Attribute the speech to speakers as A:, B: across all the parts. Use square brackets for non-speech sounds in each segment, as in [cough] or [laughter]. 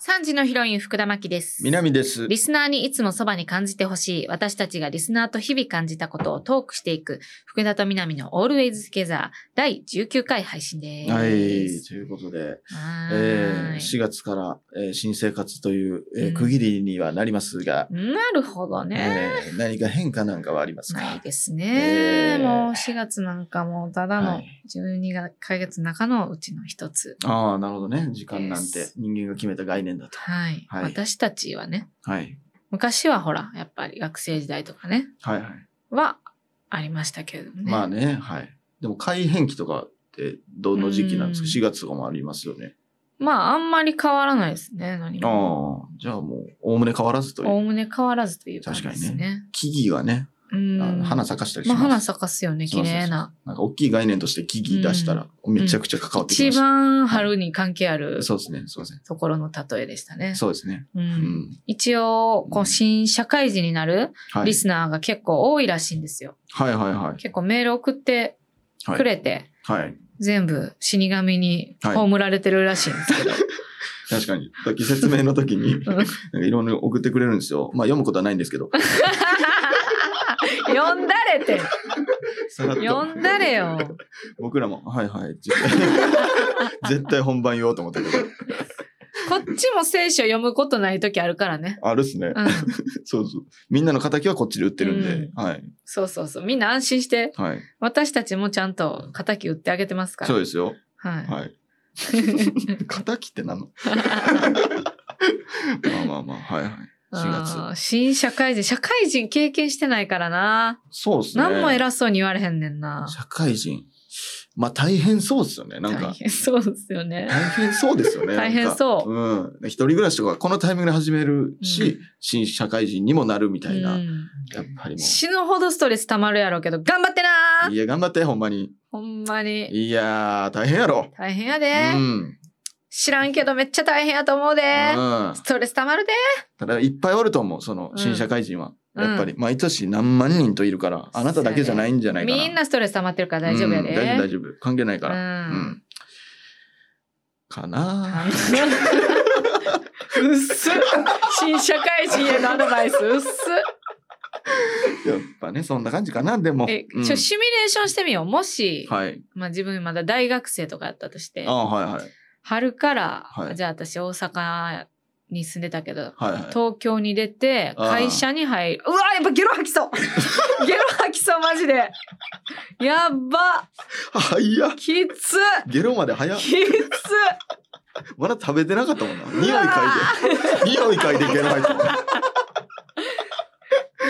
A: 3時のヒロイン福田真希です。
B: 南です。
A: リスナーにいつもそばに感じてほしい。私たちがリスナーと日々感じたことをトークしていく、福田と南の Always Together 第19回配信です。
B: はい、ということで、
A: はー
B: えー、
A: い
B: 4月から、えー新生活という、えー
A: うん
B: 区切りにはなりますが、
A: なるほどね。
B: えー何か変化なんかはありますか、
A: ないですね、
B: えー
A: もう4月なんかもうただ
B: は
A: の
B: い
A: 12がヶ月の中のうちの一つ。
B: ああ、なるほどね。時間なん
A: で
B: て
A: す
B: 人間が決めた概念だと。
A: はい。
B: はい
A: 私たちはね、
B: はい。
A: 昔はほら、やっぱり学生時代とかね、
B: はいはい。
A: はありましたけれどもね。
B: まあね、はい。でも改変期とかってどの時期なんですか
A: うん
B: ?4 月とかもありますよね。
A: まあ、あんまり変わらないですね、何も。
B: ああ、じゃあもう、おおむね変わらずとい
A: おお
B: う。
A: むね変わらずという感じ
B: 確
A: で
B: か
A: す
B: に
A: ね。
B: 木々がね、あ
A: う
B: の
A: ん。
B: 花咲かしたりし
A: まあ、
B: ます。
A: 花咲かすよね、
B: そ
A: 綺
B: うそうそう
A: 麗な。
B: なんか大きい概念として木々出したら、めちゃくちゃ関わって
A: 一
B: きました。
A: 番春に関係ある
B: そうですね、そうですね。
A: ところの例えでしたね。
B: そうですね。
A: う、
B: うんん。
A: 一応、こ
B: う
A: うん新社会人になる
B: は
A: リ
B: い。
A: スナーが結構多いらしいんですよ。
B: はいはいはい。
A: 結構メール送って
B: はい
A: くれて、
B: はい。
A: 全部死神に葬られてるらしいんですけ
B: [laughs]
A: ど。
B: 確かに。さっき説明の時に、なんかいろいろ送ってくれるんですよ。まあ読むことはないんです
A: [laughs]
B: けど。
A: 呼んだれて
B: さらっと
A: 呼んだれよ。
B: 僕らも、はいはい。って言って [laughs] 絶対本番言おうと思ったけど。
A: こっちも聖書読むことない時あるからね。
B: あるっすね
A: う。ん、
B: そうそう。みんなの仇はこっちで売ってるんで
A: う。
B: はい。
A: そうそうそう。みんな安心して。
B: はい。
A: 私たちもちゃんと仇打ってあげてますから。
B: そうですよ。
A: はい。 [laughs]
B: はい。仇って何の [laughs] まあまあまあ、はいはい。4
A: あ
B: 月。
A: ー新社会人。社会人経験してないからな。
B: そうですね。
A: 何も偉そうに言われへんねんな。
B: 社会人。まあ大変そうですよね。なん
A: 大
B: か。
A: 変そうですよね。
B: 大変そうですよね。
A: 大変そう
B: なんかうん。一人暮らしとかこのタイミングで始めるし、
A: うん
B: 新社会人にもなるみたいな。
A: うん
B: やっぱりも
A: 死ぬほどストレス溜まるやろうけど、頑張ってな
B: う。いや、頑張って、ほんまに。
A: ほんまに。
B: いやー、大変やろ。
A: 大変や
B: う
A: で、
B: ん。
A: 知らんけどめっちゃ大変やと思うで、
B: うん
A: ストレス溜まるで。
B: ただ、いっぱいおると思う、その、
A: うん
B: 新社会人
A: う
B: は。
A: ん
B: やっぱり、毎年何万人といるから、あなただけじゃないんじゃないかな。
A: みんなストレス溜まってるから大丈夫やで。
B: うん大丈夫、大丈夫。関係ないから。う
A: うん
B: ん。かな
A: あの [laughs] うっす新社会人へのアドバイスうっす
B: やっぱね、そんな感じかな、でも。
A: え、
B: うん
A: ちょシミュレーションしてみようもし、
B: はい。
A: まあ、自分まだ大学生とかやったとして
B: ああ、はいはい。
A: 春から、
B: はい
A: じゃあ私大阪に住んでたけど
B: はいはい。
A: 東京に出て
B: あー
A: 会社に入るうわやっぱゲロ吐きそう
B: [laughs]
A: ゲロ吐きそうマジでやっば
B: 早っ
A: きつ
B: ゲロまで早っ
A: きつ
B: まだ食べてなかったもんな。匂い嗅いで。匂い嗅いでゲロ入ったもん。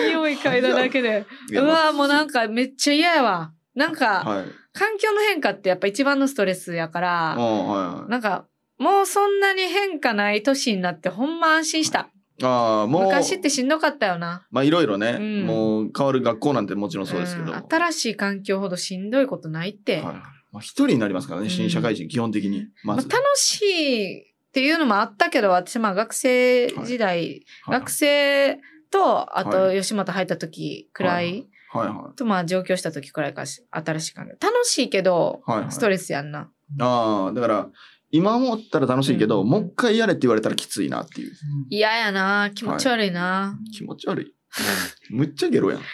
A: 匂い嗅いだだけで
B: いうやま
A: わもうなんかめっちゃ嫌やわなん
B: あ
A: か、
B: はい。
A: 環境の変化ってやっぱ一番のストレスやか
B: あ
A: ら、
B: はいはい。
A: なんかもうそんなに変化ない年になってほんま安心した。
B: ああ、もう。
A: 昔ってしんどかったよな。
B: まあいろいろね、
A: うん
B: もう変わる学校なんてもちろんそうですけど。
A: ん
B: はい
A: 新しい環境ほどしんどいことないって。
B: はい。まあ一人になりますからね、新社会人、基本的に。
A: まあ
B: まず。
A: 楽しいっていうのもあったけど、私まあ学生時代、
B: はい
A: 学生と、あと
B: は
A: 吉本入った時くらい、
B: はいは
A: とまあ上京した時くらいからし新しい環境。楽しいけど、
B: い。はいはい
A: ストレスやんな。
B: ああ、だから、今思ったら楽しいけど、
A: うん
B: もう一回やれって言われたらきついなっていう。
A: 嫌やな気持ち悪いな、
B: 気持ち悪い。むっちゃゲロやん。
A: [laughs]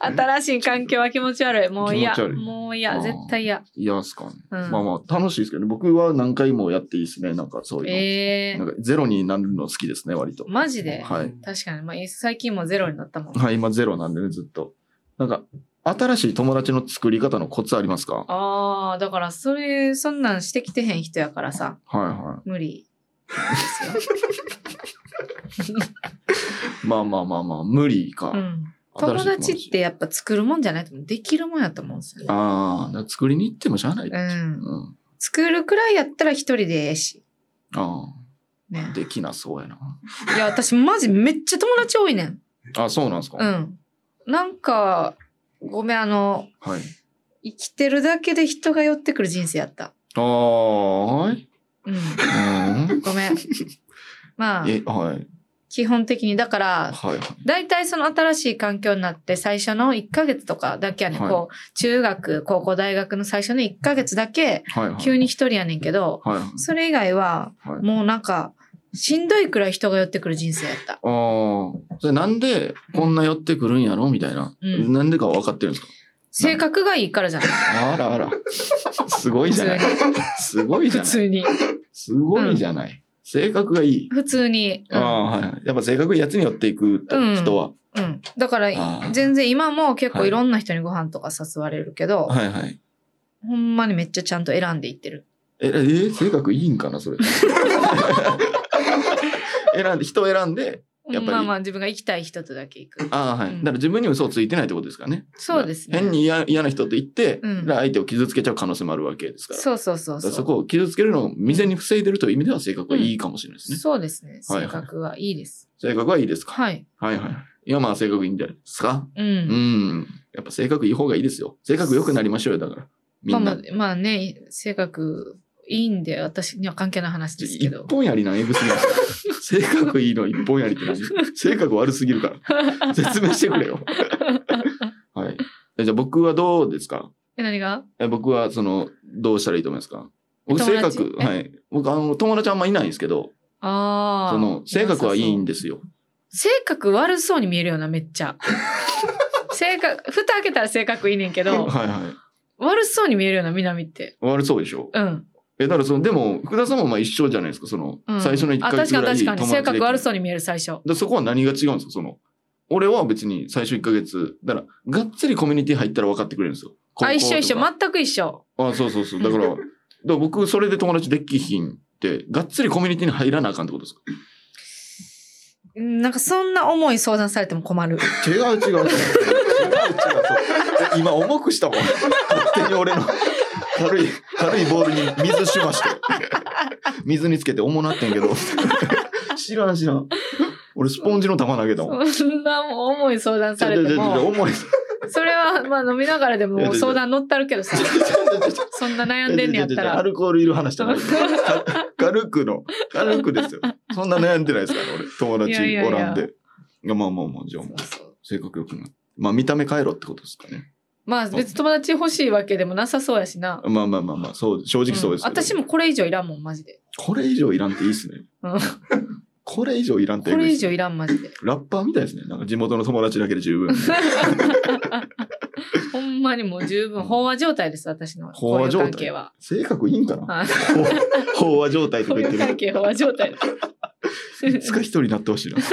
A: 新しい環境は気持ち悪い。もう嫌
B: 気持ち。悪い
A: もう嫌。
B: あー
A: 絶対嫌。
B: 嫌っすかね。
A: うん
B: まあまあ、楽しいですけどね。僕は何回もやっていいですね。なんかそうい
A: ええ
B: うの。なんかゼロになるの好きですね、割と。
A: マジで、
B: はい。
A: 確かに。まあ、最近もゼロになったもん。
B: はい、今ゼロなんでね、ずっと。なんか、新しい友達の作り方のコツありますか
A: ああ、だから、それ、そんなんしてきてへん人やからさ、
B: はいは
A: 無理ですよ。
B: い。まあまあまあまあ、無理か。
A: うん。
B: 新し
A: 友
B: い
A: 達ってやっぱ作るもんじゃないと思う。できるもんやと思うんですよね。
B: ああ、だから作りに行ってもしゃあない。
A: う。
B: うんん。
A: 作るくらいやったら一人でええし。
B: あ
A: ね
B: あ、。できなそうやな。
A: いや、私マジめっちゃ友達多いねん。
B: あそうなんですか、
A: うん。なんか、ごめん、あの、
B: はい。
A: 生きてるだけで人が寄ってくる人生やった。
B: ああ、はい。
A: うん。
B: うん。 [laughs]
A: ごめん。まあ、
B: え、はい。
A: 基本的に。だから、
B: はい。
A: 大体その新しい環境になって最初の1ヶ月とかだけやねん。
B: はい
A: こう、中学、高校、大学の最初の1ヶ月だけ、
B: はい、はい。
A: 急に一人やねんけど、
B: はい。はい。
A: それ以外は、
B: はい、
A: もうなんか、しんどいくらい人が寄ってくる人生やった。
B: ああ。それなんでこんな寄ってくるんやろみたいな。
A: うん
B: なんでかは分かってるんですか
A: 性格がいいからじゃない
B: あらあら。すごいじゃない。す [laughs] ごいじ
A: 普
B: ゃない。
A: 通に。
B: すごいじゃない。性格がいい。
A: 普通に。う
B: あ
A: ん
B: あ、はいはい。やっぱ性格いいやつに寄っていくって
A: うん
B: 人は。
A: うん。だから
B: あー、
A: 全然今も結構
B: はい
A: いろんな人にご飯とか誘われるけど、
B: はいはい。
A: ほんまにめっちゃちゃんと選んでいってる。
B: え、え、性格いいんかな、
A: [laughs]
B: それ。選んで、人を選んで、やっぱり
A: まあまあ自分が行きたい人とだけ行く。
B: ああ、はい。
A: うん
B: だから自分に嘘をついてないってことですからね。
A: そうです
B: 変
A: ね。
B: に嫌嫌な人って言って、
A: うん
B: だから相手を傷つけちゃう可能性もあるわけですから。
A: そうそうそう
B: だか
A: そう。
B: らそこを傷つけるのを未然に防いでるという意味では性格はいいかもしれないですね。
A: そうですね。
B: はいは
A: 性
B: い
A: 格はいいです。
B: 性格はいいですか
A: はい。
B: はいはい。山は性格いいんじゃないですか
A: う。
B: うんん。やっぱ性格いい方がいいですよ。性格良くなりましょうよ、だから。み
A: まあ
B: ん
A: ま
B: な。
A: あ、まあね、性格いいんで、私には関係ない話ですけ
B: 一
A: ど。
B: 本やりなんえ
A: [laughs]
B: ぐすぎる。性格いいの一本やりって何性格悪すぎるから。説明してくれよ。はい。えじゃあ僕はどうですか
A: [laughs] え、何が
B: え僕はその、どうしたらいいと思いますか僕性
A: 友達
B: 格、
A: え
B: はい。僕あの、友達あんまいないんですけど、
A: ああ。
B: その、性格はいいん
A: で。
B: ですよ。
A: 性格悪そうに見えるような、めっち
B: [laughs]
A: ゃ。性格、蓋開けたら性格いいねんけ
B: はい
A: ど、
B: はい。
A: 悪そうに見えるような、南って。
B: 悪そうでしょ
A: うん。
B: え、だからその、でも、福田さんもまあ一緒じゃないですか、その、
A: うん、
B: 最初の一ヶ月ぐらい
A: あ、確かに確かに。性
B: 友達でき
A: 格
B: て
A: 悪そうに見える、最初。
B: で、そこは何が違うんですかその、俺は別に最初1ヶ月、だから、がっつりコミュニティ入ったら分かってくれるんですよ。高校
A: あ、一緒
B: と
A: 一緒。
B: か
A: 全く一緒。
B: あ、そうそうそう。
A: [laughs]
B: だから、だから僕、それで友達できひんって、がっつりコミュニティに入らなあかんってことですか
A: うんなんか、そんな重い相談されても困
B: [laughs]
A: る。
B: 違う違う違う。違う違う。今、重くしたもん。勝手に俺の軽い、軽いボールに水しまして。水につけて重なってんけど。知らん知らん。俺、スポンジの球投げたもん。
A: そんなもう重い相談されても。
B: [laughs] 重い。
A: それは、まあ飲みながらで
B: いやいや
A: も
B: いや
A: 相談乗ったるけどさ、そんな悩んでんねやった
B: ア
A: ら。
B: ルコールいる話じ
A: [laughs]
B: ゃない。か軽くの、軽くですよ。そんな悩んでないですから、俺。友達
A: いやいやいや
B: おらんで。いやまあまあまあ、じゃあ
A: そ、うそう
B: 性格良くな。まあ、見た目変えろってことですかね。
A: まあ別に友達欲しいわけでもなさそうやしな。
B: まあまあまあまあ、そう、正直そうです
A: うん
B: けど、
A: 私もこれ以上いらんもん、マジで。
B: これ以上いらんっていいっすね
A: うん。
B: これ以上いらんって
A: こ
B: えぐ
A: れ
B: いっ
A: 以
B: す
A: 上いらん、マジで。
B: ラッパーみたいですね。なんか地元の友達だけで
A: [laughs]
B: 十分。
A: ほんまにもう十分、飽和状態です、私の。
B: 飽和状
A: 交
B: 態
A: 友関係は。
B: 性格いいんかな
A: はい
B: 飽和状態とか
A: 交
B: 言っ
A: 友関係 [laughs]
B: て
A: 飽和状態で
B: る。
A: [laughs]
B: いつか一人になってほしいな。
A: す。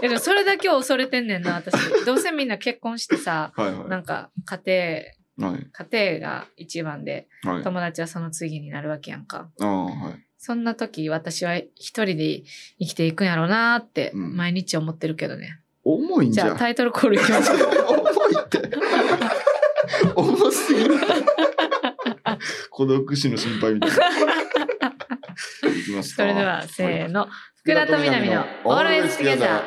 A: でもそれだけを恐れてんねんな、私。どうせみんな結婚してさ、
B: はいは
A: [laughs] なんか家
B: い。はい。
A: 庭、家庭が一番で、
B: はい。あ
A: 友達はその次になるわけやんか。
B: あ、はい。
A: そんな時私は一人で生きていくんやろうなーって
B: うん
A: 毎日思ってるけどね。
B: 重いん
A: じ
B: じ
A: ゃ
B: ゃ
A: あ
B: ん。
A: タイトルコールいきま [laughs] しょう。
B: 重いって。重すぎる。孤独死の心配みたいな。いきます
A: そ
B: か。
A: れではせーの。福田と南のオールエイズトゥゲザ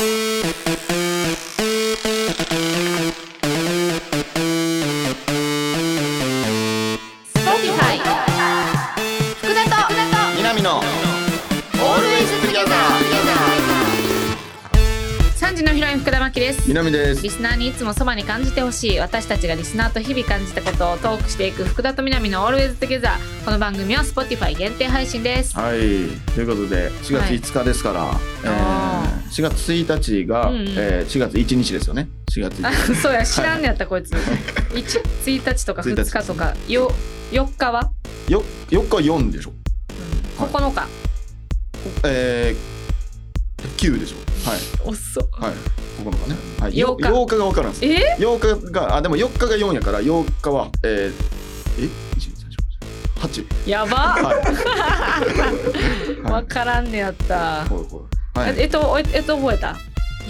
A: ー。Spotify 福田と
B: 南のオールエイズトゥギャザー
A: 3時のヒロイン福田真希です。
B: 南です
A: リスナーにいつもそばに感じてほしい私たちがリスナーと日々感じたことをトークしていく福田と南の Always Together この番組は Spotify 限定配信です、
B: はいということで4
A: はい
B: 月5日ですから、
A: あ
B: えー4月1日が、
A: うんうん
B: えー4月1日ですよね4月1
A: あ
B: 日
A: [laughs] そうや知らんねやった、
B: [laughs]
A: こいつ 1, 1日とか2日とかよ4日は、
B: よ4日4でしょ、
A: うん
B: はい
A: 9日
B: えー、9でしょはい
A: 遅っ
B: はい9日ね、はい、
A: 8日
B: 8, 日が分かるんです
A: え [laughs]
B: 8日があでも4日が4やから4日はえー、え1 2 3 4
A: や
B: 5 6 7 8
A: ば
B: はいは
A: わからんねやった、
B: いほいほいはい
A: ええっとええっと覚えた、ね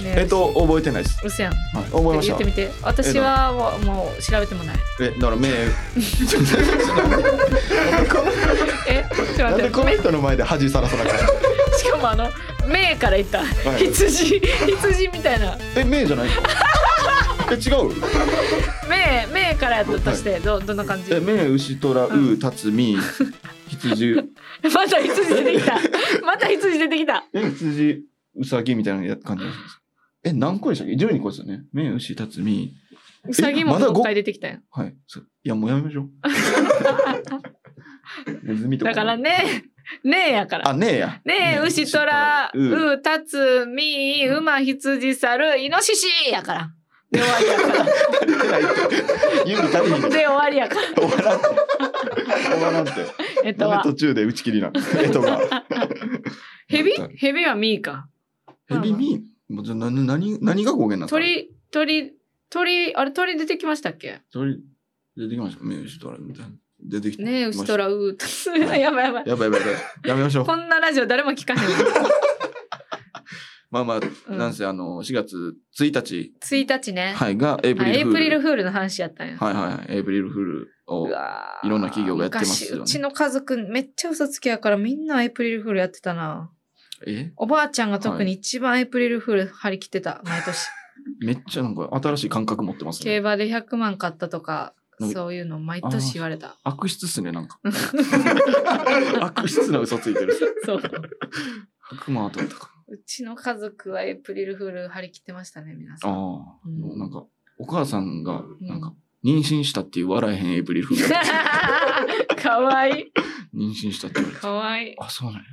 B: えっと覚えてないです
A: うせやん
B: はい、覚えまし
A: 言ったて。みて私はもうもう調べてもない [laughs]
B: え、だから目、
A: えちょ
B: な
A: っ
B: ん
A: と
B: で
A: 待
B: この
A: って
B: 人の前で恥さらさなかっ
A: めしかもあの目から言った
B: た。はい、
A: 羊羊みたいな
B: え、目
A: [laughs]
B: じゃない。え、違う。
A: 目目からやったとして、どどんな感じ
B: え、目、牛、虎、
A: う
B: う、たつみ。羊。
A: [laughs] また羊出てきたまた羊出てきた
B: え、羊。うさぎみたいなや感じなんです。え、何個でしたっけ ?12 個ですよね。目、牛、辰巳。
A: うさぎも
B: まだご
A: もう一回出てきたよ。
B: はい。そういや、もうやめ
A: [laughs]
B: ましょう。ネズミとか。
A: だから。ね、ねえやから
B: あ、。ねえや。 [laughs]
A: ねえ、牛、虎、
B: うう。
A: う、たつ、み、馬、羊、猿、イノシシやから。で終わりやか
B: 足りてないって。指足りひん [laughs]
A: ら。で
B: の
A: 終わりやから。
B: 終わらんて。終わらんて。
A: えっと
B: なん
A: は
B: で途。中で打ち
A: [laughs]
B: 切りなんえっとが。
A: ヘビ
B: なんか
A: ヘビはミーか。
B: ヘビミーもうじゃあな何何が語源なんですか
A: 鳥、鳥、鳥、あれ鳥出てきましたっけ
B: 鳥出てきました。目牛虎みたいな。出てきた。
A: ねえ、牛、虎、う、たつ、やばいやばい。
B: やばいやばいやばい。やめましょう。
A: こんなラジオ誰も聞かへん。
B: まあまあ、
A: うん
B: なんせあの、4月1日、
A: 1日ね。
B: はい、がエイプ
A: あ
B: リル
A: エイ
B: フール。
A: プリルフールの話やったんや。
B: はいはいはい。エイプリルフールを
A: う。わー
B: いろんな企業がやってますよね
A: 昔うちの家族めっちゃ嘘つきやからみんなエイプリルフールやってたな。
B: え
A: おばあちゃんが特に一番エイプリルフール張り切ってた、毎 [laughs] 年。
B: めっちゃなんか新しい感覚持ってます
A: 競
B: ね。
A: 馬で100万買ったとか
B: うん、
A: そういうの毎年言われた。
B: 悪質っすね、な
A: [laughs]
B: んか。悪質な嘘ついてる。
A: そう。
B: 悪魔とか。
A: うちの家族はエイプリルフール張り切ってましたね、皆さん。
B: ああ、
A: うん
B: なんか、お母さんが、
A: ん
B: なんか、妊娠したっていう笑えへんエイプリルフー
A: [laughs]
B: ル。
A: [laughs] かわいい。
B: 妊娠したって言われて
A: か。わいい。
B: あ、そうなんや。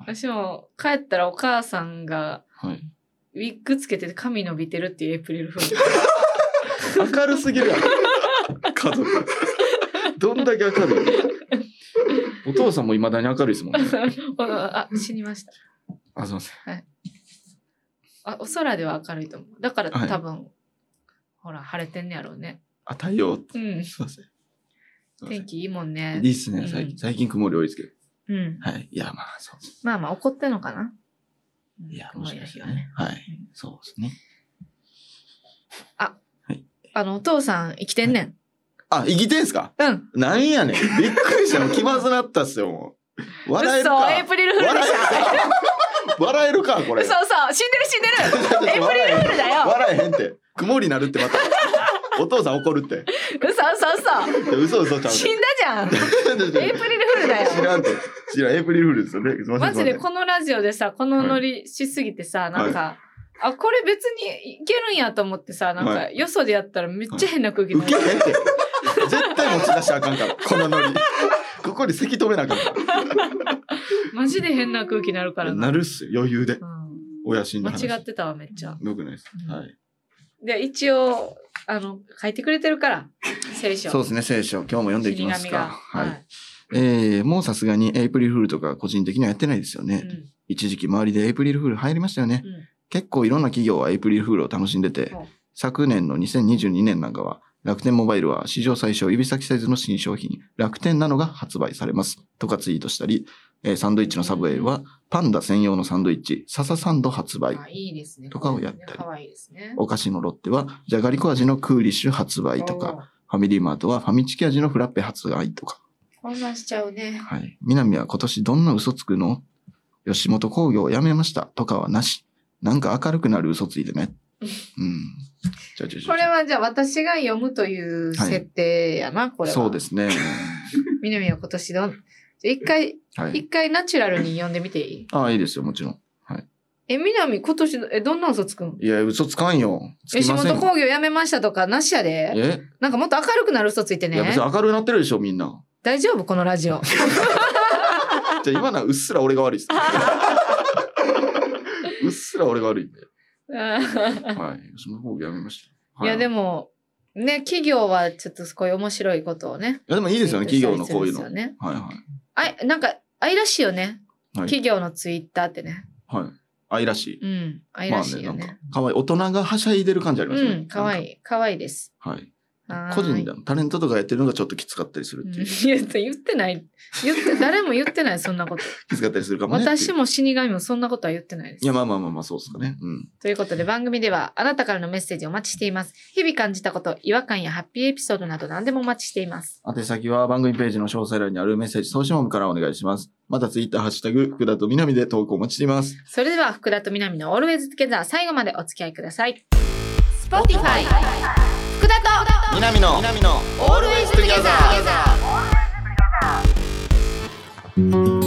A: 私も帰ったらお母さんが
B: はい。
A: ウィッグつけて髪伸びてるっていうエイプリルフ [laughs] ール。
B: [laughs] 明るすぎるやろ。家族。どんだけ明るいお父さんも未だに明るいですもん
A: [laughs]
B: ね。
A: あ、死にました。
B: あ、すいません。
A: あ、お空では明るいと思う。だから
B: はい
A: 多分、ほら、晴れてんねやろうね。
B: あ、太陽。す
A: うん。
B: いません。すいませ
A: 天
B: ん
A: 気いいもん
B: い
A: ね
B: い。っすね、最
A: う
B: 近。
A: ん
B: 最近曇り多いですけど。
A: うん。
B: はい。いや、まあ、そう。
A: まあまあ怒ってんのかな。うん
B: いや、
A: 曇
B: も
A: り
B: し
A: の
B: かし
A: 日
B: た
A: は
B: らね。はい。そうですね。
A: あの、お父さん生きてんねん。
B: あ、生きてんすか
A: うん。
B: なんやねん。びっくりしたの。気まずなったっすよ、もう。笑える
A: 嘘、エイ
B: か。
A: プリルフールでした。
B: 笑えるか、これ。
A: 嘘嘘、死んでる死んでる
B: [laughs]
A: エイプリルフールだよ
B: 笑えへんって。曇りになるってまた。お父さん怒るって。
A: 嘘嘘
B: 嘘嘘ち
A: 嘘
B: ゃ
A: 死んだじゃんエイ
B: うねん。
A: プリルフールだ
B: 知
A: よ
B: らんと。知らん。エイプリルフールですよね。すいません。
A: マジ
B: す
A: で
B: いません
A: このラジオでさ、このノリしすぎてさ、なんか、あ、これ別にいけるんやと思ってさ、なん
B: は
A: か、よそでやったらめっちゃ変な空気に
B: ウ
A: な
B: ケ
A: る。
B: へんって。絶対持ち出したらあかんから。このノリ。ここにせき止めなあかんか。
A: マジで変な空気になるからら
B: な
A: な。
B: るっすよ。余裕で
A: う。ん
B: 親死んだ話。
A: 間違ってたわ、めっちゃ。
B: よくないです。
A: うん
B: はい。
A: で、一応、あの、書いてくれてるから、聖書。
B: そうですね、聖書。今日も読んでいきます
A: 死神
B: か
A: が。
B: はい。えー、もうさすがにエイプリルフールとか個人的にはやってないですよね。
A: うん
B: 一時期周りでエイプリルフール流行りましたよね。
A: うん
B: 結構いろんな企業はエイプリルフールを楽しんでて
A: そう、
B: 昨年の2022年なんかは、楽天モバイルは史上最小指先サイズの新商品、楽天なのが発売されます。とかツイートしたり、えーサンドイッチのサブウェイは、パンダ専用のサンドイッチ、笹サンド発売。
A: あいいですね。
B: とかをやったり
A: かわいいですね。
B: お菓子のロッテは、じゃがりこ味のクーリッシュ発売とか、ファミリーマートはファミチキ味のフラッペ発売とか、
A: 混乱しちゃうね。
B: はい。南は今年どんな嘘つくの吉本興業を辞めましたとかはなし。なんか明るくなる嘘ついて
A: [laughs]
B: ね。うん。じゃあじゃあじゃあ
A: これはじゃあ私が読むという設定やな、これは。。
B: そうですすね。
A: 南は今年どん。じゃあ一回、
B: はい。
A: 一回ナチュラルに読んでみていい
B: ああ、いいですよ、もちろん。
A: え、南今年の、え、どんな嘘つくん
B: いや、嘘つかんよ。つき
A: 吉
B: ません
A: 本
B: よ。
A: 興業辞めましたとかなしやで。
B: え、
A: なんかもっと明るくなる嘘ついて
B: いや、
A: ね
B: 別に。明るくなってるでしょ、みんな。
A: 大丈夫このラジ
B: [laughs]
A: オ。
B: じゃあ今のはうっすら俺が悪いです。 [laughs] うっすら俺が悪いんで。はい。吉本興業辞めました。
A: いや、で
B: も。
A: も、ね、企業はちょっとこういう面白いことをね。
B: いや、でもいい
A: い
B: ですよね、企業のこういうの。はい
A: ね。
B: は
A: あい、なんか、愛らしいよね。
B: い。はい。
A: 企業のツイッターってね。
B: はい。愛らしい。
A: うん。愛らしいよ
B: まあね
A: ね。
B: なんか、かわいい。大人がはしゃいでる感じありますね。
A: うん。かわ
B: なん
A: いい。かわいいです。
B: か。はい。
A: はーい
B: 個人でタレントとかやってるのがちょっときつかったりす
A: う
B: る
A: ん
B: っていう。
A: 言って言ってない。言って、誰も言ってない、そんな
B: [laughs]
A: こと。
B: きつかったりするかもねっていう。
A: 私も死神もそんなことは言ってないです。
B: いや、まあまあまあまあ、そうですかね。うん。
A: ということで番組ではあなたからのメッセージをお待ちしています。日々感じたこと、違和感やハッピーエピソードなど何でもお待ちしています。
B: 宛先は番組ページの詳細欄にあるメッセージ送信フォームからお願いします。またツイッター、ハッシュタグ、福田と南で投稿お待ちしています。
A: それでは福田と南の Always Together 最後までお付き合いください。Spotify 福田と
B: 南の、南の、オールウェイズトゥギャザー。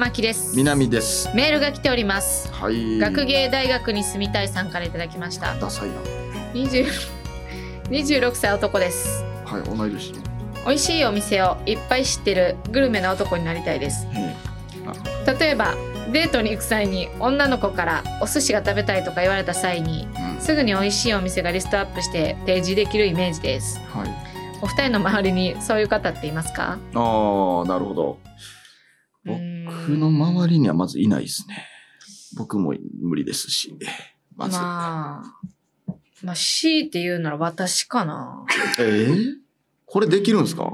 A: 明です
B: 南です。
A: メールが来ております
B: はい。
A: 学芸大学に住みたいさんからいただきました
B: ダサいな。
A: 20 26歳男です
B: はい、同い年ね。
A: 美味しいお店をいっぱい知ってるグルメな男になりたいです例えばデートに行く際に女の子からお寿司が食べたいとか言われた際に
B: うん。
A: すぐに美味しいお店がリストアップして提示できるイメージです
B: はい。
A: お二人の周りにそういう方っていますか
B: ああ、なるほど。
A: う
B: 僕
A: ー
B: 僕
A: ん
B: の周りにはまずいないですね。僕も無理ですし。まず。
A: まあまあ C って言うなら私かな
B: えーこれできるんですか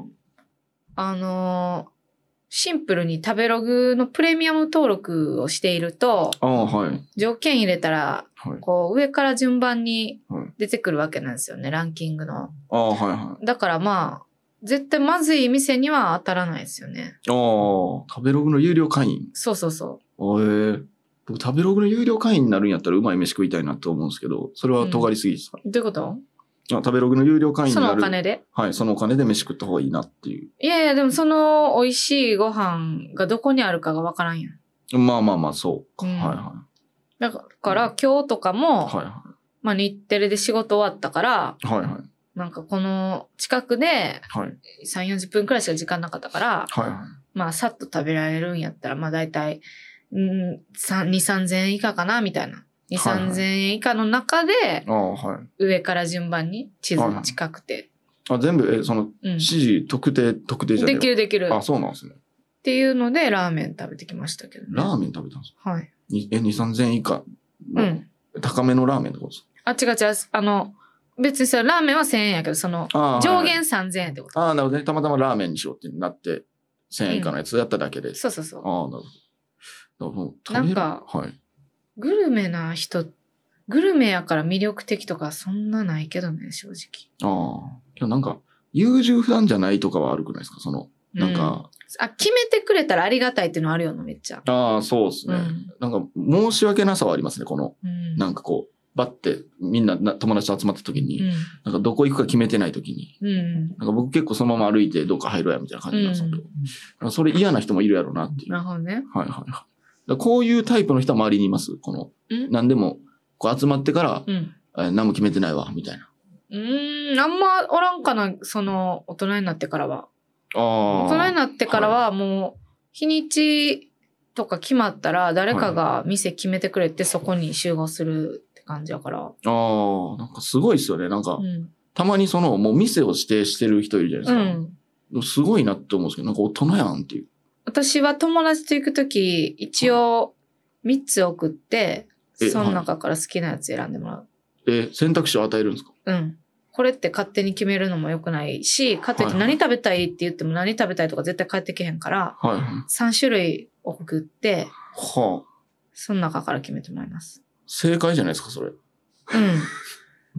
A: あのーシンプルに食べログのプレミアム登録をしていると
B: ああ、はい。
A: 条件入れたら
B: はい。
A: こう上から順番に
B: はい
A: 出てくるわけなんですよねランキングの
B: ああ、はいはい。
A: だからまあ絶対まずい店には当たらないですよね
B: ああ、食べログの有料会員。
A: そうそうそ
B: ええ僕、食べログの有料会員になるんやったらうまい飯食いたいなと思うんですけど、それは尖りすぎですか、
A: うどういうこと
B: あ食べログの有料会員
A: そ
B: にな
A: の
B: る。
A: お金で
B: はい、そのお金で飯食った方がいいなってい
A: いやいやでもその美味しいご飯がどこにあるかがわからんやん
B: う。まあまあまあ、そうか。
A: うん
B: はいは
A: だから今日とかも、
B: い。はいは
A: まあ、日テレで仕事終わったから
B: い。はいはい。
A: なんかこの近くで
B: はい。
A: 3、40分くらいしか時間なかったから、
B: はいはい。
A: まあ、さっと食べられるんやったら、まあ、大体、うん、さん2、3000円以下かな、みたいな。2、
B: はいはい
A: 3000円以下の中で、
B: ああ、はい。
A: 上から順番に地図
B: はいはい
A: 近くて。
B: あ、全部、え、その、
A: うん。
B: 指示、特定、特定じゃない
A: できるできる。
B: あ、
A: っ
B: そうなんですね。
A: ていうので、ラーメン食べてきましたけどね。
B: ラーメン食べたんですか
A: はい。
B: にえ、2、3000円以下
A: う
B: の、
A: ん。
B: 高めのラーメンってことです
A: あ、違う違う。あの、別にそれラーメンは1000円やけど、その、
B: かああ
A: 上限3000円ってこと。
B: ああ、なるほどね。たまたまラーメンにしようってなって、1000円以下のやつやっただけです。
A: そうそうそう。
B: ああ、なるほど。なるほど
A: なん、
B: 食
A: か
B: べるはい。
A: グルメな人、グルメやから魅力的とかそんなないけどね、正直。
B: ああ。けどなんか、優柔不断じゃないとかはあるくないですかその、なん
A: うん
B: か、
A: あ、決めてくれたらありがたいっていうのあるよな、めっちゃ。
B: ああ、そうですね、
A: うん
B: なんか、申し訳なさはありますね。この、
A: うん。
B: なんかこう、バッて、みんなな友達と集まった時に、なんかどこ行くか決めてない時に、
A: うん。うん。
B: なんか僕結構そのまま歩いてどっか入ろうやみたいな感じなんですけど、
A: うん
B: なんかそれ嫌な人もいるやろうなっていう。
A: なるほどね。
B: はいはいはい。だからこういうタイプの人は周りにいます。この、
A: うん
B: 何でも、こう集まってから、
A: うん。
B: えー何も決めてないわ、みたいな。
A: うーん、あんまおらんかな、その、大人になってからは。
B: ああ
A: 大人になってからはもう、日にちとか決まったら、誰かが店決めてくれて、そこに集合するって感じやから。
B: ああ、なんかすごいですよね。なんか、
A: うん。
B: たまにその、もう店を指定してる人いるじゃな
A: う
B: いですか。
A: ん。
B: でもすごいなって思うんですけど、なんか大人やんっていう。
A: 私は友達と行くとき、一応、3つ送って、
B: え
A: その中から好きなやつ選んでもらう。
B: えー選択肢を与えるんですか
A: うん。これって勝手に決めるのも良くないし、かといって
B: はいは
A: 何食べたいって言っても何食べたいとか絶対返ってけへんから、
B: はいはい。
A: 3種類送って、
B: はあ。
A: その中から決めてもらいます。
B: 正解じゃないですか、それ。
A: うん。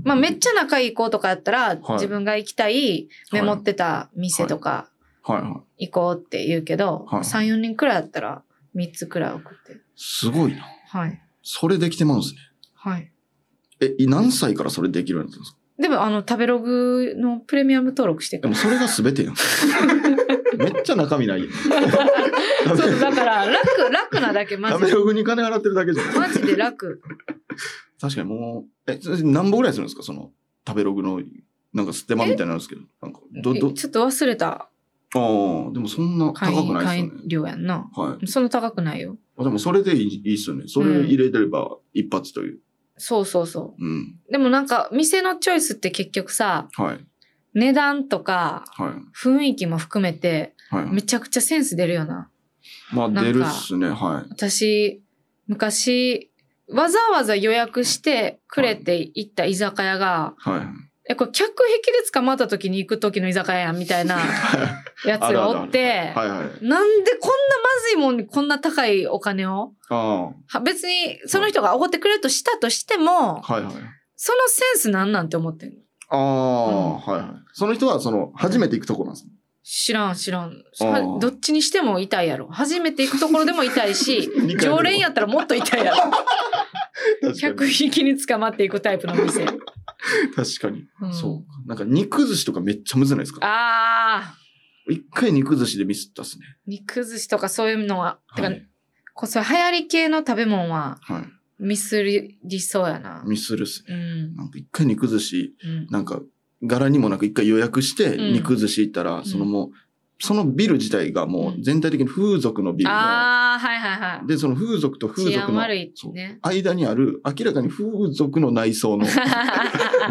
A: まあ、めっちゃ仲いい子とかやったら、
B: い
A: 自分が行きたいメモってた店とか
B: はいはい。
A: 行こうって言うけど、
B: はい
A: 3、4人くらいやったら3つくらい送って。
B: すごいな。
A: はい。
B: それできてまうんですね。
A: はい。
B: え、い何歳からそれできるようになったんですか
A: でも、あの、食べログのプレミアム登録して
B: で
A: くる。
B: もそれが全てやん。
A: [laughs]
B: めっちゃ中身ないやん。 [laughs]
A: そう
B: 食べ
A: だから、楽、楽なだけ、マ
B: 食
A: ジ
B: べ
A: で。
B: ログに金払ってるだけじゃん。
A: マジで楽。
B: 確かにもう、え、何本ぐらいするんですかその、食べログの、なんかステマみたいなのあるんですけど。なんか、ど、ど
A: え、ちょっと忘れた
B: ああ、でもそんな
A: 会
B: 高くない
A: 会
B: ですよね。
A: 料やんな。
B: はい。
A: そんな高くないよ。
B: あでもそれでいいいいっすよね。それ入れてれば一発という。
A: そうそうそ
B: うん。
A: う。でもなんか、店のチョイスって結局さ、
B: はい。
A: 値段とか、
B: はい。
A: 雰囲気も含めて、
B: はい。
A: めちゃくちゃセンス出るよな。
B: まあ
A: なんか
B: 出るっすね。はい。
A: 私、昔、わざわざ予約してくれて行った居酒屋が、
B: はい。
A: え、これ客引きで捕まった時に行く時の居酒屋やんみたいなやつ
B: ある
A: が
B: あるある
A: おって、
B: はいはい。
A: なんでこんなまずいもんにこんな高いお金を
B: あ
A: は別にその人がおごってくれるとしたとしても
B: あ。、はいはい。
A: そのセンスなんなんて思ってんの
B: ああ、はいはい。その人はその、初めて行くとこなんですね。
A: 知らん知らん
B: あー
A: はどっちにしても痛いやろ初めて行くところでも痛いし
B: 二回目も
A: 常連やったらもっと痛いやろ
B: [laughs] 確
A: 客引きに捕まっていくタイプの店、
B: 確かに。
A: うん
B: そうか。なんか肉寿司とかめっちゃむずないですか
A: あー
B: 一回肉寿司でミスったっすね。
A: 肉寿司とかそういうのは、
B: は
A: てか
B: い。
A: こうそういう流行り系の食べ物は
B: はい。
A: ミスりそうやな。
B: ミスるっすね。
A: うん。
B: なんか一回肉寿司、
A: うん
B: なんか柄にもなく一回予約して
A: うん
B: 肉寿司行ったら、
A: ん
B: そのもう、そのビル自体がもう全体的に風俗のビルで、
A: ああ、はいはいはい。
B: で、その風俗と風
A: 治
B: 俗
A: 安
B: の、
A: 悪い
B: そう
A: ね。
B: 間にある明らかに風俗の内
A: [laughs]
B: 装の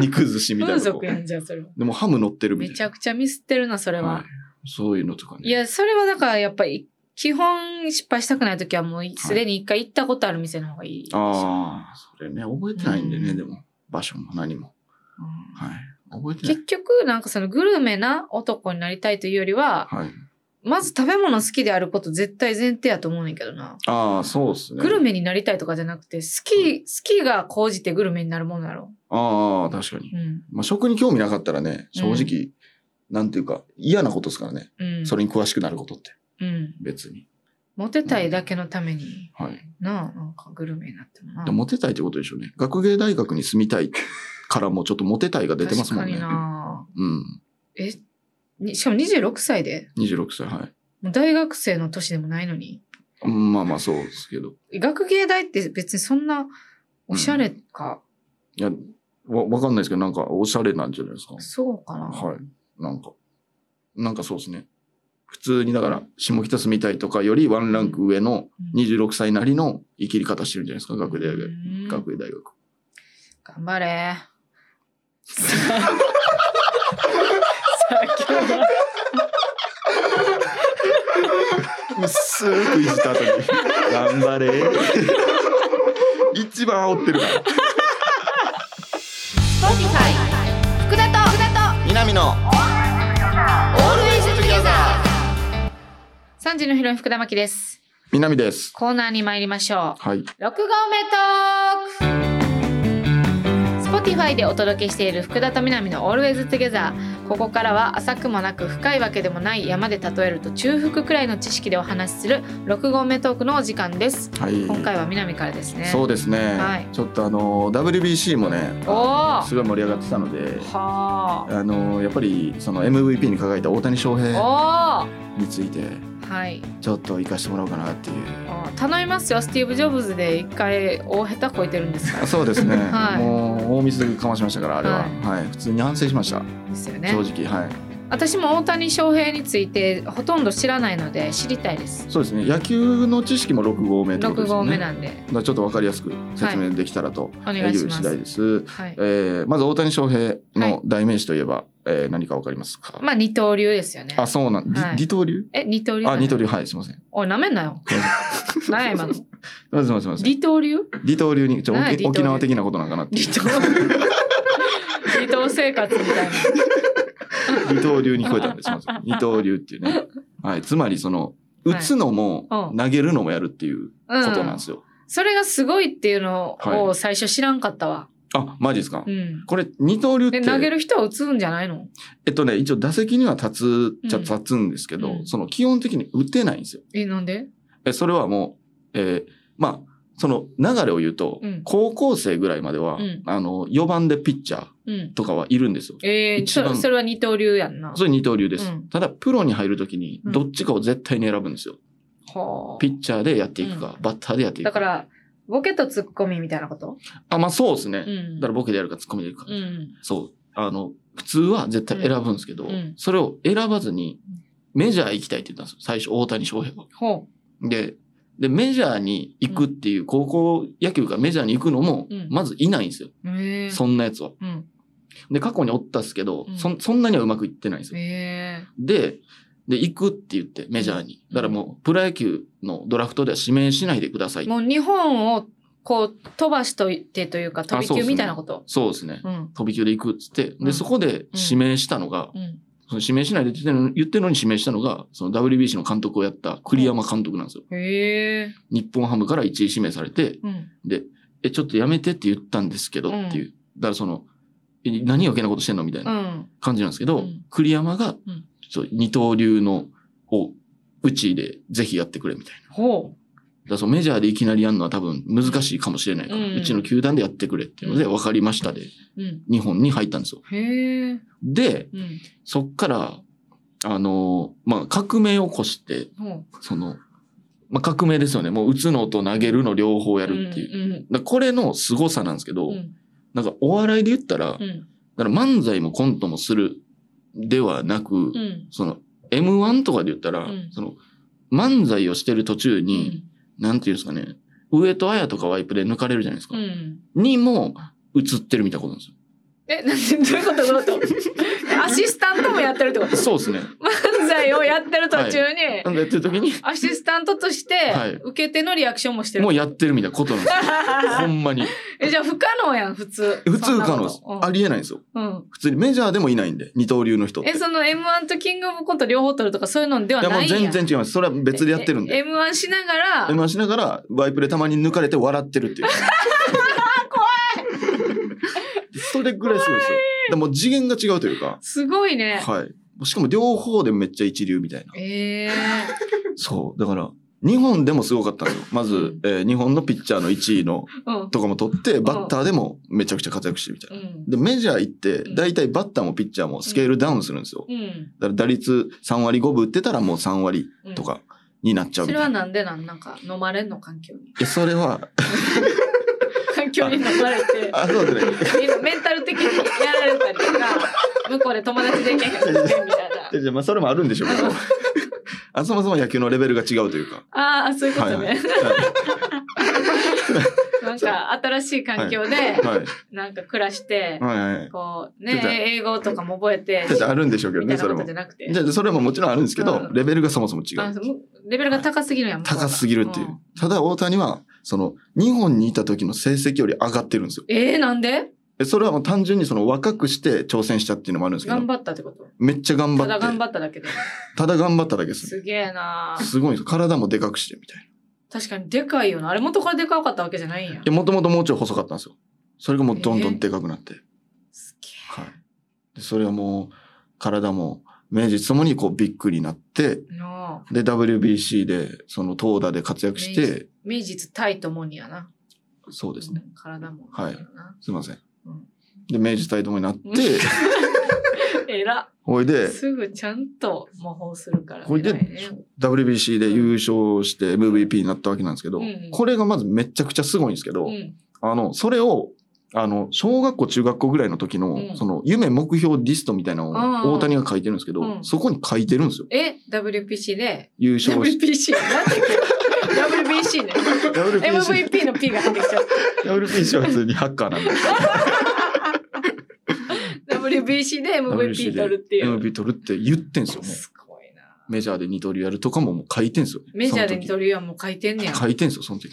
B: 肉寿司みたい
A: 風
B: なと
A: 俗
B: こ。
A: やんじゃん、それは。
B: でもハム乗ってるみ
A: めち
B: たい
A: ゃくちゃミスってるな、それ
B: な。
A: は。
B: はいそういうのとかね。
A: いや、それはだからやっぱり、基本失敗したくないときはもうすでに一回行ったことある店の方がいい。
B: ああ、それね、覚えてないんでね、
A: うん
B: でも、場所も何も。
A: うん
B: はい。覚えてない。
A: 結局、なんかそのグルメな男になりたいというよりは、
B: はい。
A: まず食べ物好きであること絶対前提やと思うねんけどな。
B: ああ、そうですね。
A: グルメになりたいとかじゃなくて、好き、好きが高じてグルメになるものだろ
B: ああ、確かに
A: う。。うん。
B: まあ、食に興味なかったらね、正直、なんていうか、嫌なことですからね。
A: うん。
B: それに詳しくなることって、
A: うん。
B: 別に。
A: モテたいだけのために、
B: はい。
A: なあ、なんかグルメになってもな。
B: でモテたいってことでしょうね。学芸大学に住みたいからもちょっとモテたいが出てますもんね。
A: 確かにな
B: うん。
A: え、にしかも26歳で
B: 26歳、はい。
A: もう大学生の年でもないのに。
B: うんまあまあ、そうですけど。
A: 学芸大って別にそんなおしゃれか、
B: いや、わ、わかんないですけど、なんか、おしゃれなんじゃないですか。
A: そうかな、
B: はい。なんか、なんかそうですね。普通にだから、下北住みたいとかよりワンランク上の
A: うん
B: 26歳なりの生きり方してるんじゃないですか、学芸大
A: う
B: 学。
A: ん
B: 学芸大学。
A: 頑張れさあ今日は
B: 薄くいじった後に、頑張れ。一番煽ってるから。
A: Spotify 福田と福田
B: 南の。
A: と Always Together 3時のヒロイン福田真希です
B: 南です。
A: コーナーに参りましょう
B: はい。
A: 6号目トーク Spotify でお届けしている福田と南の Always Together ここからは浅くもなく深いわけでもない山で例えると中腹くらいの知識でお話しする6号目トークのお時間です
B: はい。
A: 今回は南からですね
B: そうですね。
A: はい
B: ちょっとあの、WBC もね、
A: おー
B: すごい盛り上がってたので、
A: は
B: あの、やっぱり、その MVP に輝いた大谷翔平
A: あ
B: について、
A: おーはい
B: ちょっと行かしてもらおうかなっていう。
A: おー頼みますよスティーブ・ジョブズで一回大下手こいてるんですから
B: そうです
A: [laughs]
B: ね。
A: はい
B: もう大水でかましましたからあれは、はい、普通に反省しました。
A: ですよね
B: 正直はい。
A: 私も大谷翔平についてほとんど知らないので知りたいです
B: そうですね。野球の知識も六合目ってこと
A: 6
B: ですよ
A: 号目
B: ね。
A: な
B: だか
A: んで
B: らちょっとわかりやすく説明できたらと
A: お願い
B: い
A: し
B: う
A: ます
B: 次第です。
A: はい
B: え、ーまず大谷翔平
A: はい
B: の代名詞といえば、えー何かわかりますか。
A: まあ二刀流ですよね。
B: あ、そうなん。り
A: はい
B: 二刀流？
A: え、二刀流
B: あ、二
A: 流。
B: 刀流はい、すみません。
A: おい、なめんな
B: [laughs]
A: よ。なんや今の。
B: すみませんすみません。
A: 二刀流
B: 二刀流にちょ
A: はい
B: 沖
A: 二刀流
B: 沖縄的なことなんかなって。
A: 二刀
B: [laughs]
A: 流。二刀生活みたいな。
B: 二刀流に聞こえたんです。すみません。二刀流っていうね。はい。つまりその打つのも
A: はいう
B: 投げるのもやるっていう
A: う
B: ことなんですよ。
A: それがすごいっていうの
B: は
A: を最初知らんかったわ。
B: あ、マジですか、
A: うん。
B: これ、二刀流って
A: で、、投げる人は打つんじゃないの
B: えっとね、一応打席には立つっちゃ
A: うん
B: 立つんですけど、
A: うん
B: その基本的に打てないんですよ。
A: え、なんで
B: え、それはもう、えーまあ、その流れを言うと、
A: うん
B: 高校生ぐらいまでは、
A: うん
B: あの、4番でピッチャー
A: うん。
B: とかはいるんですよ。
A: えー、
B: 一番
A: そそれは二刀流やんな。は
B: それ二刀流です。
A: うん
B: ただ、プロに入るときに、
A: うん
B: どっちかを絶対に選ぶんですよ。
A: あ。
B: ピッチャーでやっていくか、バッターでやっていく
A: だ
B: か。
A: から、ボケとツッコミみたいなこと
B: あ、まあそうですね。
A: うん。
B: だからボケでやるかツッコミでやるか。
A: うん。
B: そう。あの、普通は絶対選ぶんですけど、
A: うんうん
B: それを選ばずに、メジャー行きたいって言ったんですよ。最初、大谷翔平は。
A: ほ
B: で、で、メジャーに行くっていう、高校野球がメジャーに行くのも
A: うん、
B: まずいないんですよ。
A: う。えー。
B: そんなやつは。
A: うん。
B: で、過去におったっすけど
A: う、ん
B: そんそんなにはうまくいってないんですよ。
A: え
B: で、で、行くって言って、メジャーに。だからもう、プロ野球のドラフトでは指名しないでくださ
A: ー。
B: い。
A: もう日本をこう飛ばしといてというか、飛び
B: そうっ
A: 級
B: すね
A: みたいなこと。
B: そうですね。
A: うん。
B: 飛び級で行くっつって、
A: うん
B: で、そこで指名したのが、
A: うん。
B: その指名しないでって言ってるの言ってるのに指名したのが、その WBC の監督をやった栗山監督なんですよ。
A: へえ。
B: 日本ハムから1位指名されて、
A: うん。。
B: で、え、ちょっとやめてって言ったんですけどっていう。だからその、え何余計なことしてんのみたいうなん感じなんですけど、
A: うん
B: 栗山が
A: うん、
B: そう二刀流のを、うちでぜひやってくれみたいな。だ
A: ほ
B: からそのメジャーでいきなりやるのは多分難しいかもしれないから、
A: う
B: うんちの球団でやってくれっていうので、
A: うん
B: 分かりましたで、
A: う。うん。
B: 日本に入ったんですよ。
A: へえ。
B: で、
A: うん。
B: そっから、あのーまあ、革命を起こして、
A: ほう。
B: その、まあ、革命ですよね。もう打つのと投げるの両方やるっていう。
A: う
B: だからこれの凄さなんですけど、
A: んうんうん
B: なんかお笑いで言ったら、
A: うん
B: だから漫才もコントもするではなく、
A: うん
B: その M1 とかで言ったら、
A: うん
B: その漫才をしてる途中
A: う
B: に、
A: ん
B: なんていうんですかね、上戸彩とかワイプで抜かれるじゃないですか。
A: うん
B: にも映ってるみたいなことなんですよ。
A: えなんでどういうことどういうこと [laughs] アシスタントもやってるってこと
B: そうで
A: [laughs]
B: すね。
A: 漫才をやってる途中に、
B: なんでやってる時
A: [laughs]
B: に、
A: アシスタントとして、
B: はい
A: 受け手のリアクションもしてる
B: もうやってるみたいなことな
A: [laughs]
B: んですよ。ほんまに。
A: えじゃあ不可能やん普通
B: 普通可能で
A: そ
B: す
A: んなこ。と
B: ありえないんですよ。
A: うんうん
B: 普通にメジャーでもいないんで、二刀流の人って。
A: えその m 1とキングオブコント両方取るとかそういうのではい
B: や
A: な
B: もう
A: いやん
B: 全然違います。それは別でやってるんで。
A: え M1 しながら
B: M1 しながら、ワイプでたまに抜かれて笑ってる
A: [laughs]
B: っていう。怖いそれぐらいすごいですよ。でもう次元が違うというか、
A: すごいね、
B: はい。しかも両方でめっちゃ一流みたいな。
A: ええ
B: そう。だから、日本でもすごかったんですよ。まず、えー日本のピッチャーの1位の
A: うん
B: とかも取って、バッターでもめちゃくちゃ活躍してみたいな。
A: うん
B: で、メジャー行って
A: うん、
B: 大体バッターもピッチャーもスケールダウンするんですよ。
A: うん
B: だから打率3割5分打ってたらもう3割
A: うん
B: とかになっちゃう
A: そ
B: み
A: れ
B: たいな。
A: はなんでなんなんか飲まれんの環境に [laughs]
B: いやそれは、
A: 環境に飲まれて
B: あ、そうですね。
A: みんなメンタル的にやられたりと
B: [laughs]
A: か向こうで友達できへんくなってみたいな
B: ででまあ、それもあるんでしょうけど。あそもそも野球のレベルが違うというか。
A: あ [laughs] あそういうことね、
B: はいはい。
A: なんか新しい環境で
B: はい。
A: なんか暮らして、
B: はいはい。
A: こう
B: ちょっと
A: ね英語とかも覚えて
B: だってあるんでしょうけど
A: みたいな
B: ね、それ
A: こ
B: も
A: とじゃ。なくて
B: ででそれももちろんあるんですけど、
A: うん
B: レベルがそもそも違
A: あ
B: う。
A: そうもうレベルが高すぎるやん、。
B: 高すぎるっていううんただ、大谷は、その、日本にいた時の成績より上がってるんですよ。
A: えー、なんで
B: でそれはもう単純にその若くして挑戦したっていうのもあるんですけど
A: 頑、張ったってこと
B: めっちゃ頑張
A: た
B: っ
A: だ
B: て、
A: 頑張っただけで
B: ただ頑張っただけですね。
A: すげえな
B: すごいんですよ体もでかくしてみたいな。
A: 確かにでかいよなあれ元からでかかったわけじゃないんや
B: いや、もともともうちょい細かったんですよ。それがもうどんどんでかくなって。
A: すげ
B: はい。で、それはもう、体も、名実ともにこう、びっくりなって、
A: えなあ
B: で、WBC で、その、投打で活躍して、
A: 名実対ともにやな
B: そうですね。
A: うん体も
B: はい
A: な
B: すいません
A: うん。
B: で、明治対ともになって
A: うん、えら
B: [laughs] ほいで、
A: すぐちゃんと模倣するから
B: ほいで
A: 偉いね、
B: WBC で優勝して MVP になったわけなんですけど
A: うん、
B: これがまずめちゃくちゃすごいんですけど
A: う、ん
B: あの、それを、あの、小学校、中学校ぐらいの時
A: う
B: の、
A: ん
B: その、夢、目標、リストみたいなの
A: あー
B: を、大谷が書いてるんですけ
A: う
B: ど、
A: ん
B: そこに書いてるんですよ。
A: え WPC で
B: 優勝し
A: WPC なんて言うの WBC ね [laughs]
B: WBC、
A: MVP の P が入ってきちゃっ
B: WBC は普通にハッカーなんで、
A: た WBC で
B: WBC
A: MVP 取
B: で
A: るっていう
B: MVP 取るって言ってんすよ、もう。
A: すごいな
B: メジャーで二刀流やるとかももう書いてんすよ。
A: メジャーで二
B: その
A: 刀流はもう書いてんね
B: 時
A: や
B: 書いてんすよ、その時。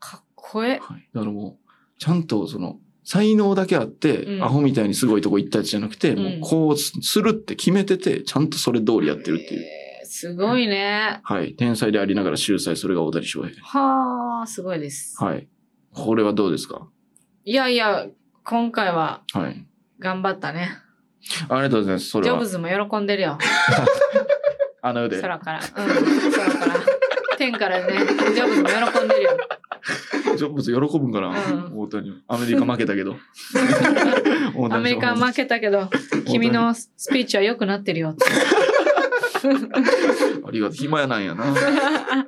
A: かっこええ
B: はい。だからもう、ちゃんとその、才能だけあって、
A: うん
B: アホみたいにすごいとこ行ったやつじゃなくて、
A: うん
B: もうこうするって決めてて、ちゃんとそれ通りやってるっていう。
A: えーすごいね
B: はい。天才でありながら秀才、それが大谷翔平。
A: はあすごいです、
B: はい。これはどうですか
A: い、やいや今回は
B: はい。
A: 頑張ったね
B: ありがとうございます。それ
A: ジョブ
B: は。
A: ズも喜んでるよ
B: あの世で。
A: 空からうん空から [laughs] 天からねジョブズも喜んでる
B: [laughs]
A: よ
B: ジョブズ喜ぶんかな、
A: う
B: 大谷。アメリカ負けた
A: [laughs]
B: けど。大谷翔平
A: アメリカは負けたけど君のスピーチは良くなってるよって
B: ありがとう。暇やなん
A: [laughs]
B: やな。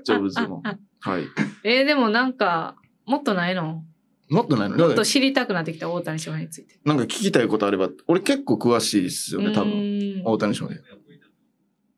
B: ジョブズも。はい。
A: えー、でもなんかもっとないの
B: もっとない
A: も
B: の
A: っ
B: だか
A: と
B: ら
A: 知りたくなってきた大谷翔平について。
B: なんか聞きたいことあれば、俺結構詳しいですよね、多分。
A: 分
B: 大谷翔平。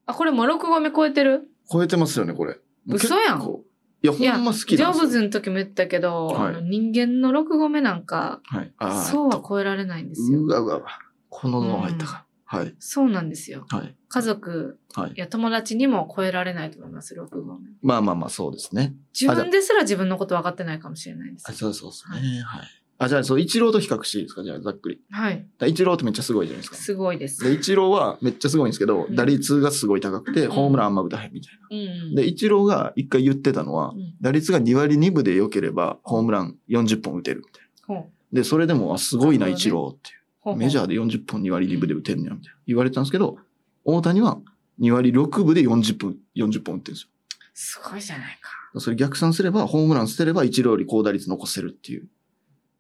A: あ、これもう6合目超えてる
B: 超えてますよね、これ。
A: 嘘やん
B: 結構いや、ほんま好き
A: ジ
B: なん
A: ョ
B: です
A: ブ
B: よ。
A: ズの時も言ったけど、
B: はい
A: あの人間の6合目なんか、
B: はい。あ
A: そう
B: ー
A: は超えられないんですよ。
B: うわうわうわ。このゾーン入ったか。はい。
A: そうなんですよ。
B: はい。
A: 家族
B: はい。
A: や友達にも超えられないと思います、6合目。
B: まあまあまあ、そうですね。
A: 自分ですら自分のこと分かってないかもしれないです
B: あ。そうそうですね。はい。あ、じゃあ、そう、一郎と比較していいですかじゃあ、ざっくり。
A: はい。
B: だ一郎ってめっちゃすごいじゃないですか。
A: すごいです。
B: で、一郎はめっちゃすごいんですけど、
A: うん
B: 打率がすごい高くて、ホームランあんま打たへんみたい
A: うんうん。
B: な。で、一郎が一回言ってたのは
A: う、ん
B: 打率が2割2分で良ければ、ホームラン40本打てるみたい
A: ほう
B: な。で、それでも、あ、すごい
A: な
B: な、
A: るほどね
B: 一郎っていう。
A: ほう
B: メジャーで40本2割2分で打てんねや、みたいな。言われてたんですけど、大谷は2割6分で40分、40本打ってるんです
A: すごいじゃないか。
B: よ。それ逆算すれば、ホームラン捨てれば、一郎より高打率残せるっていう。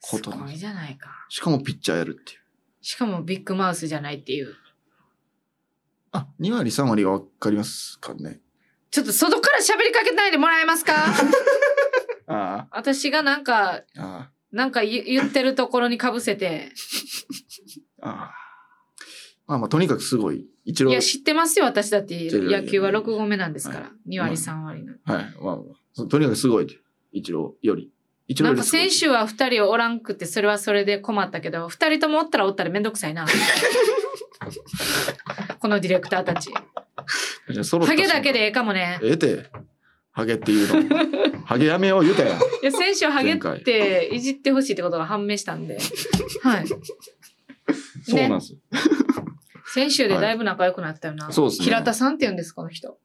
B: こ
A: す
B: となん
A: ご
B: です
A: いじゃないか。
B: しかもピッチャーやるっていう。
A: しかもビッグマウスじゃないっていう。
B: あ、2割3割がわかりますかね。
A: ちょっと外から喋りかけないでもらえます
B: [laughs]
A: か
B: あ
A: 私がなんか、
B: あ、あ
A: なんか言言ってるところにかぶせて。
B: あ、ああ。まあまあ、とにかくすごい。一郎
A: い
B: は
A: や、
B: い。
A: 知ってますよ、私だって。
B: 違う違う
A: 野球は6合目なんですか
B: は
A: ら。2割、
B: うん
A: 3割の。
B: まあまあそとにかくすごい。一郎より。一郎
A: な
B: よ
A: ん
B: り
A: か
B: すごい。
A: 先週は2人おらんくて、それはそれで困ったけど、2人ともおったらおったらめんどくさ
B: [laughs]
A: いな。このディレクターたち。
B: 週。揃った
A: ハ
B: し
A: ゲだけで。ええかもね。
B: ええて。ハゲって言うの。ハゲやめよう言う
A: [laughs]
B: たやん。
A: いや、先週ハゲっ
B: 前回
A: ていじってほしいってことが判明したん
B: [laughs]
A: で。はい。
B: そうなんですよ。
A: 先週でだいぶ仲良くなったよな。
B: そうですね
A: 平田さんって言うんです、この人。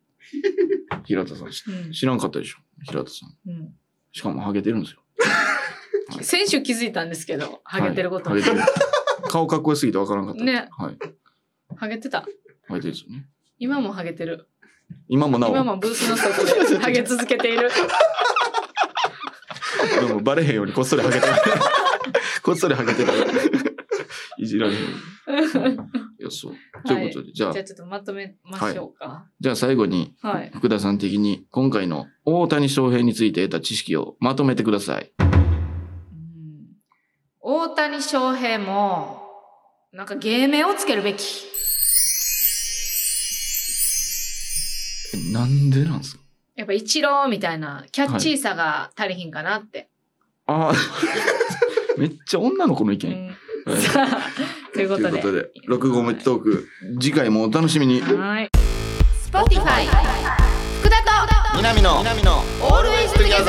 B: 平田さん。知
A: うん
B: 知らんかったでしょ。平田さん。
A: うん
B: しかもハゲてるんですよ。
A: 先週気づいたんですけど、ハゲてること
B: はいハゲてる顔かっこよすぎてわからんかった。
A: ね。
B: はい。
A: ハゲてた。
B: ハゲてるんですよね。
A: 今もハゲてる。
B: 今もなお。
A: 今もブースの外
B: [laughs]
A: でハゲ続けている。
B: でもバレへんようにこっそりハゲてた。 [laughs] こっそりハゲてた。いじられへんように。いや、そう。ということで、じゃあ
A: じゃ、あちょっとまとめましょうか。
B: じゃあ最後に、
A: はい。
B: 福田さん的に今回の大谷翔平について得た知識をまとめてください。
A: うん大谷翔平も、なんか芸名をつけるべき。
B: えなんでなんですか
A: やっぱ一郎みたいなキャッチーさが足りひんかなって。
B: あ
A: [laughs]
B: あ、めっちゃ女の子の意見。
A: うん
B: はい
A: [laughs] さあ、という
B: と
A: こ
B: いう
A: と
B: こ
A: で。
B: とで、6号目トーク、次回もお楽しみに。
A: はい。Spotify 福田と
B: 南の、南の、
A: Always Together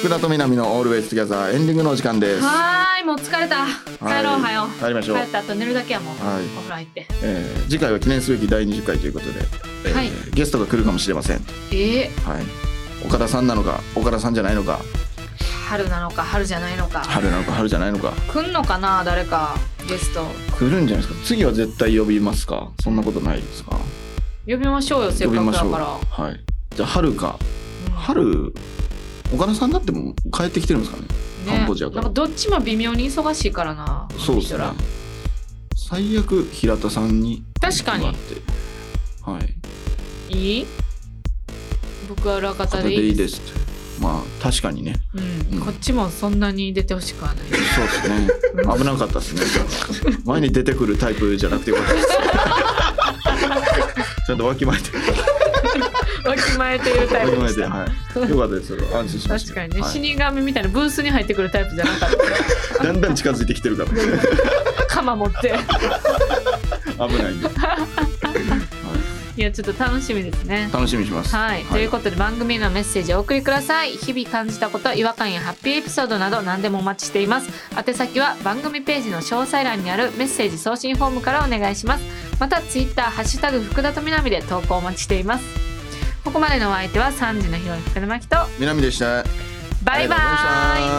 B: 福田と南の Always Together エンディングのお時間です。
A: はーいもう疲れた帰ろうはよ
B: 帰りまし
A: 帰
B: ょう。
A: った後寝るだけやもん
B: はい
A: お風呂入って
B: えー次回は記念すべき第20回ということで、えー
A: はい
B: ゲストが来るかもしれません、は
A: え
B: い、岡田さんなのか岡田さんじゃないのか
A: ー、春なのか春じゃないのか
B: 春なのか春じゃないのか
A: 来んのかな誰かゲスト
B: 来るんじゃないですか次は絶対呼びますかそんなことないですか
A: 呼びましょうよせっ
B: 呼び
A: かく
B: ま
A: だ
B: しょう
A: か
B: はいじゃあ春から春岡田さんだってもう帰ってきてるんですかね
A: うん
B: カンボジアから
A: なんかどっちも微妙に忙しいからな
B: そうです
A: この人
B: ね
A: ら
B: 最悪平田さんに
A: 確かに
B: 来てもらってはい
A: いい僕は裏方
B: 片
A: でい
B: 手
A: い
B: でいい
A: で
B: ですすってまあ確かにね
A: うん、こっちもそんなに出てほしくはない
B: [laughs] そうですね。危なかったですね。前に出てくるタイプじゃなくてよかったです。ちゃんとわきまえて、
A: わきまえているタ
B: わ
A: イ
B: き
A: プ
B: ま
A: で
B: え、
A: してた
B: はい。よかったです。安心しまし
A: 確
B: た。
A: かにね、
B: はい
A: 死神みたいなブースに入ってくるタイプじゃなかっ
B: だんだん近づいてき
A: [laughs]
B: てるから、
A: た鎌持って
B: 危ないんで。はい
A: やちょっと楽しみですね
B: い楽しみにします。
A: はい、ということで番組へのメッセージをお送りください日々感じたこと違和感やハッピーエピソードなど何でもお待ちしています宛先は番組ページの詳細欄にあるメッセージ送信フォームからお願いしますまたツイッターハッシュタグ福田とみなみで投稿お待ちしていますここまでのお相手は3時のヒロイン福田真希と
B: 南でした。
A: バイバ
B: ありがとうございま
A: イ
B: した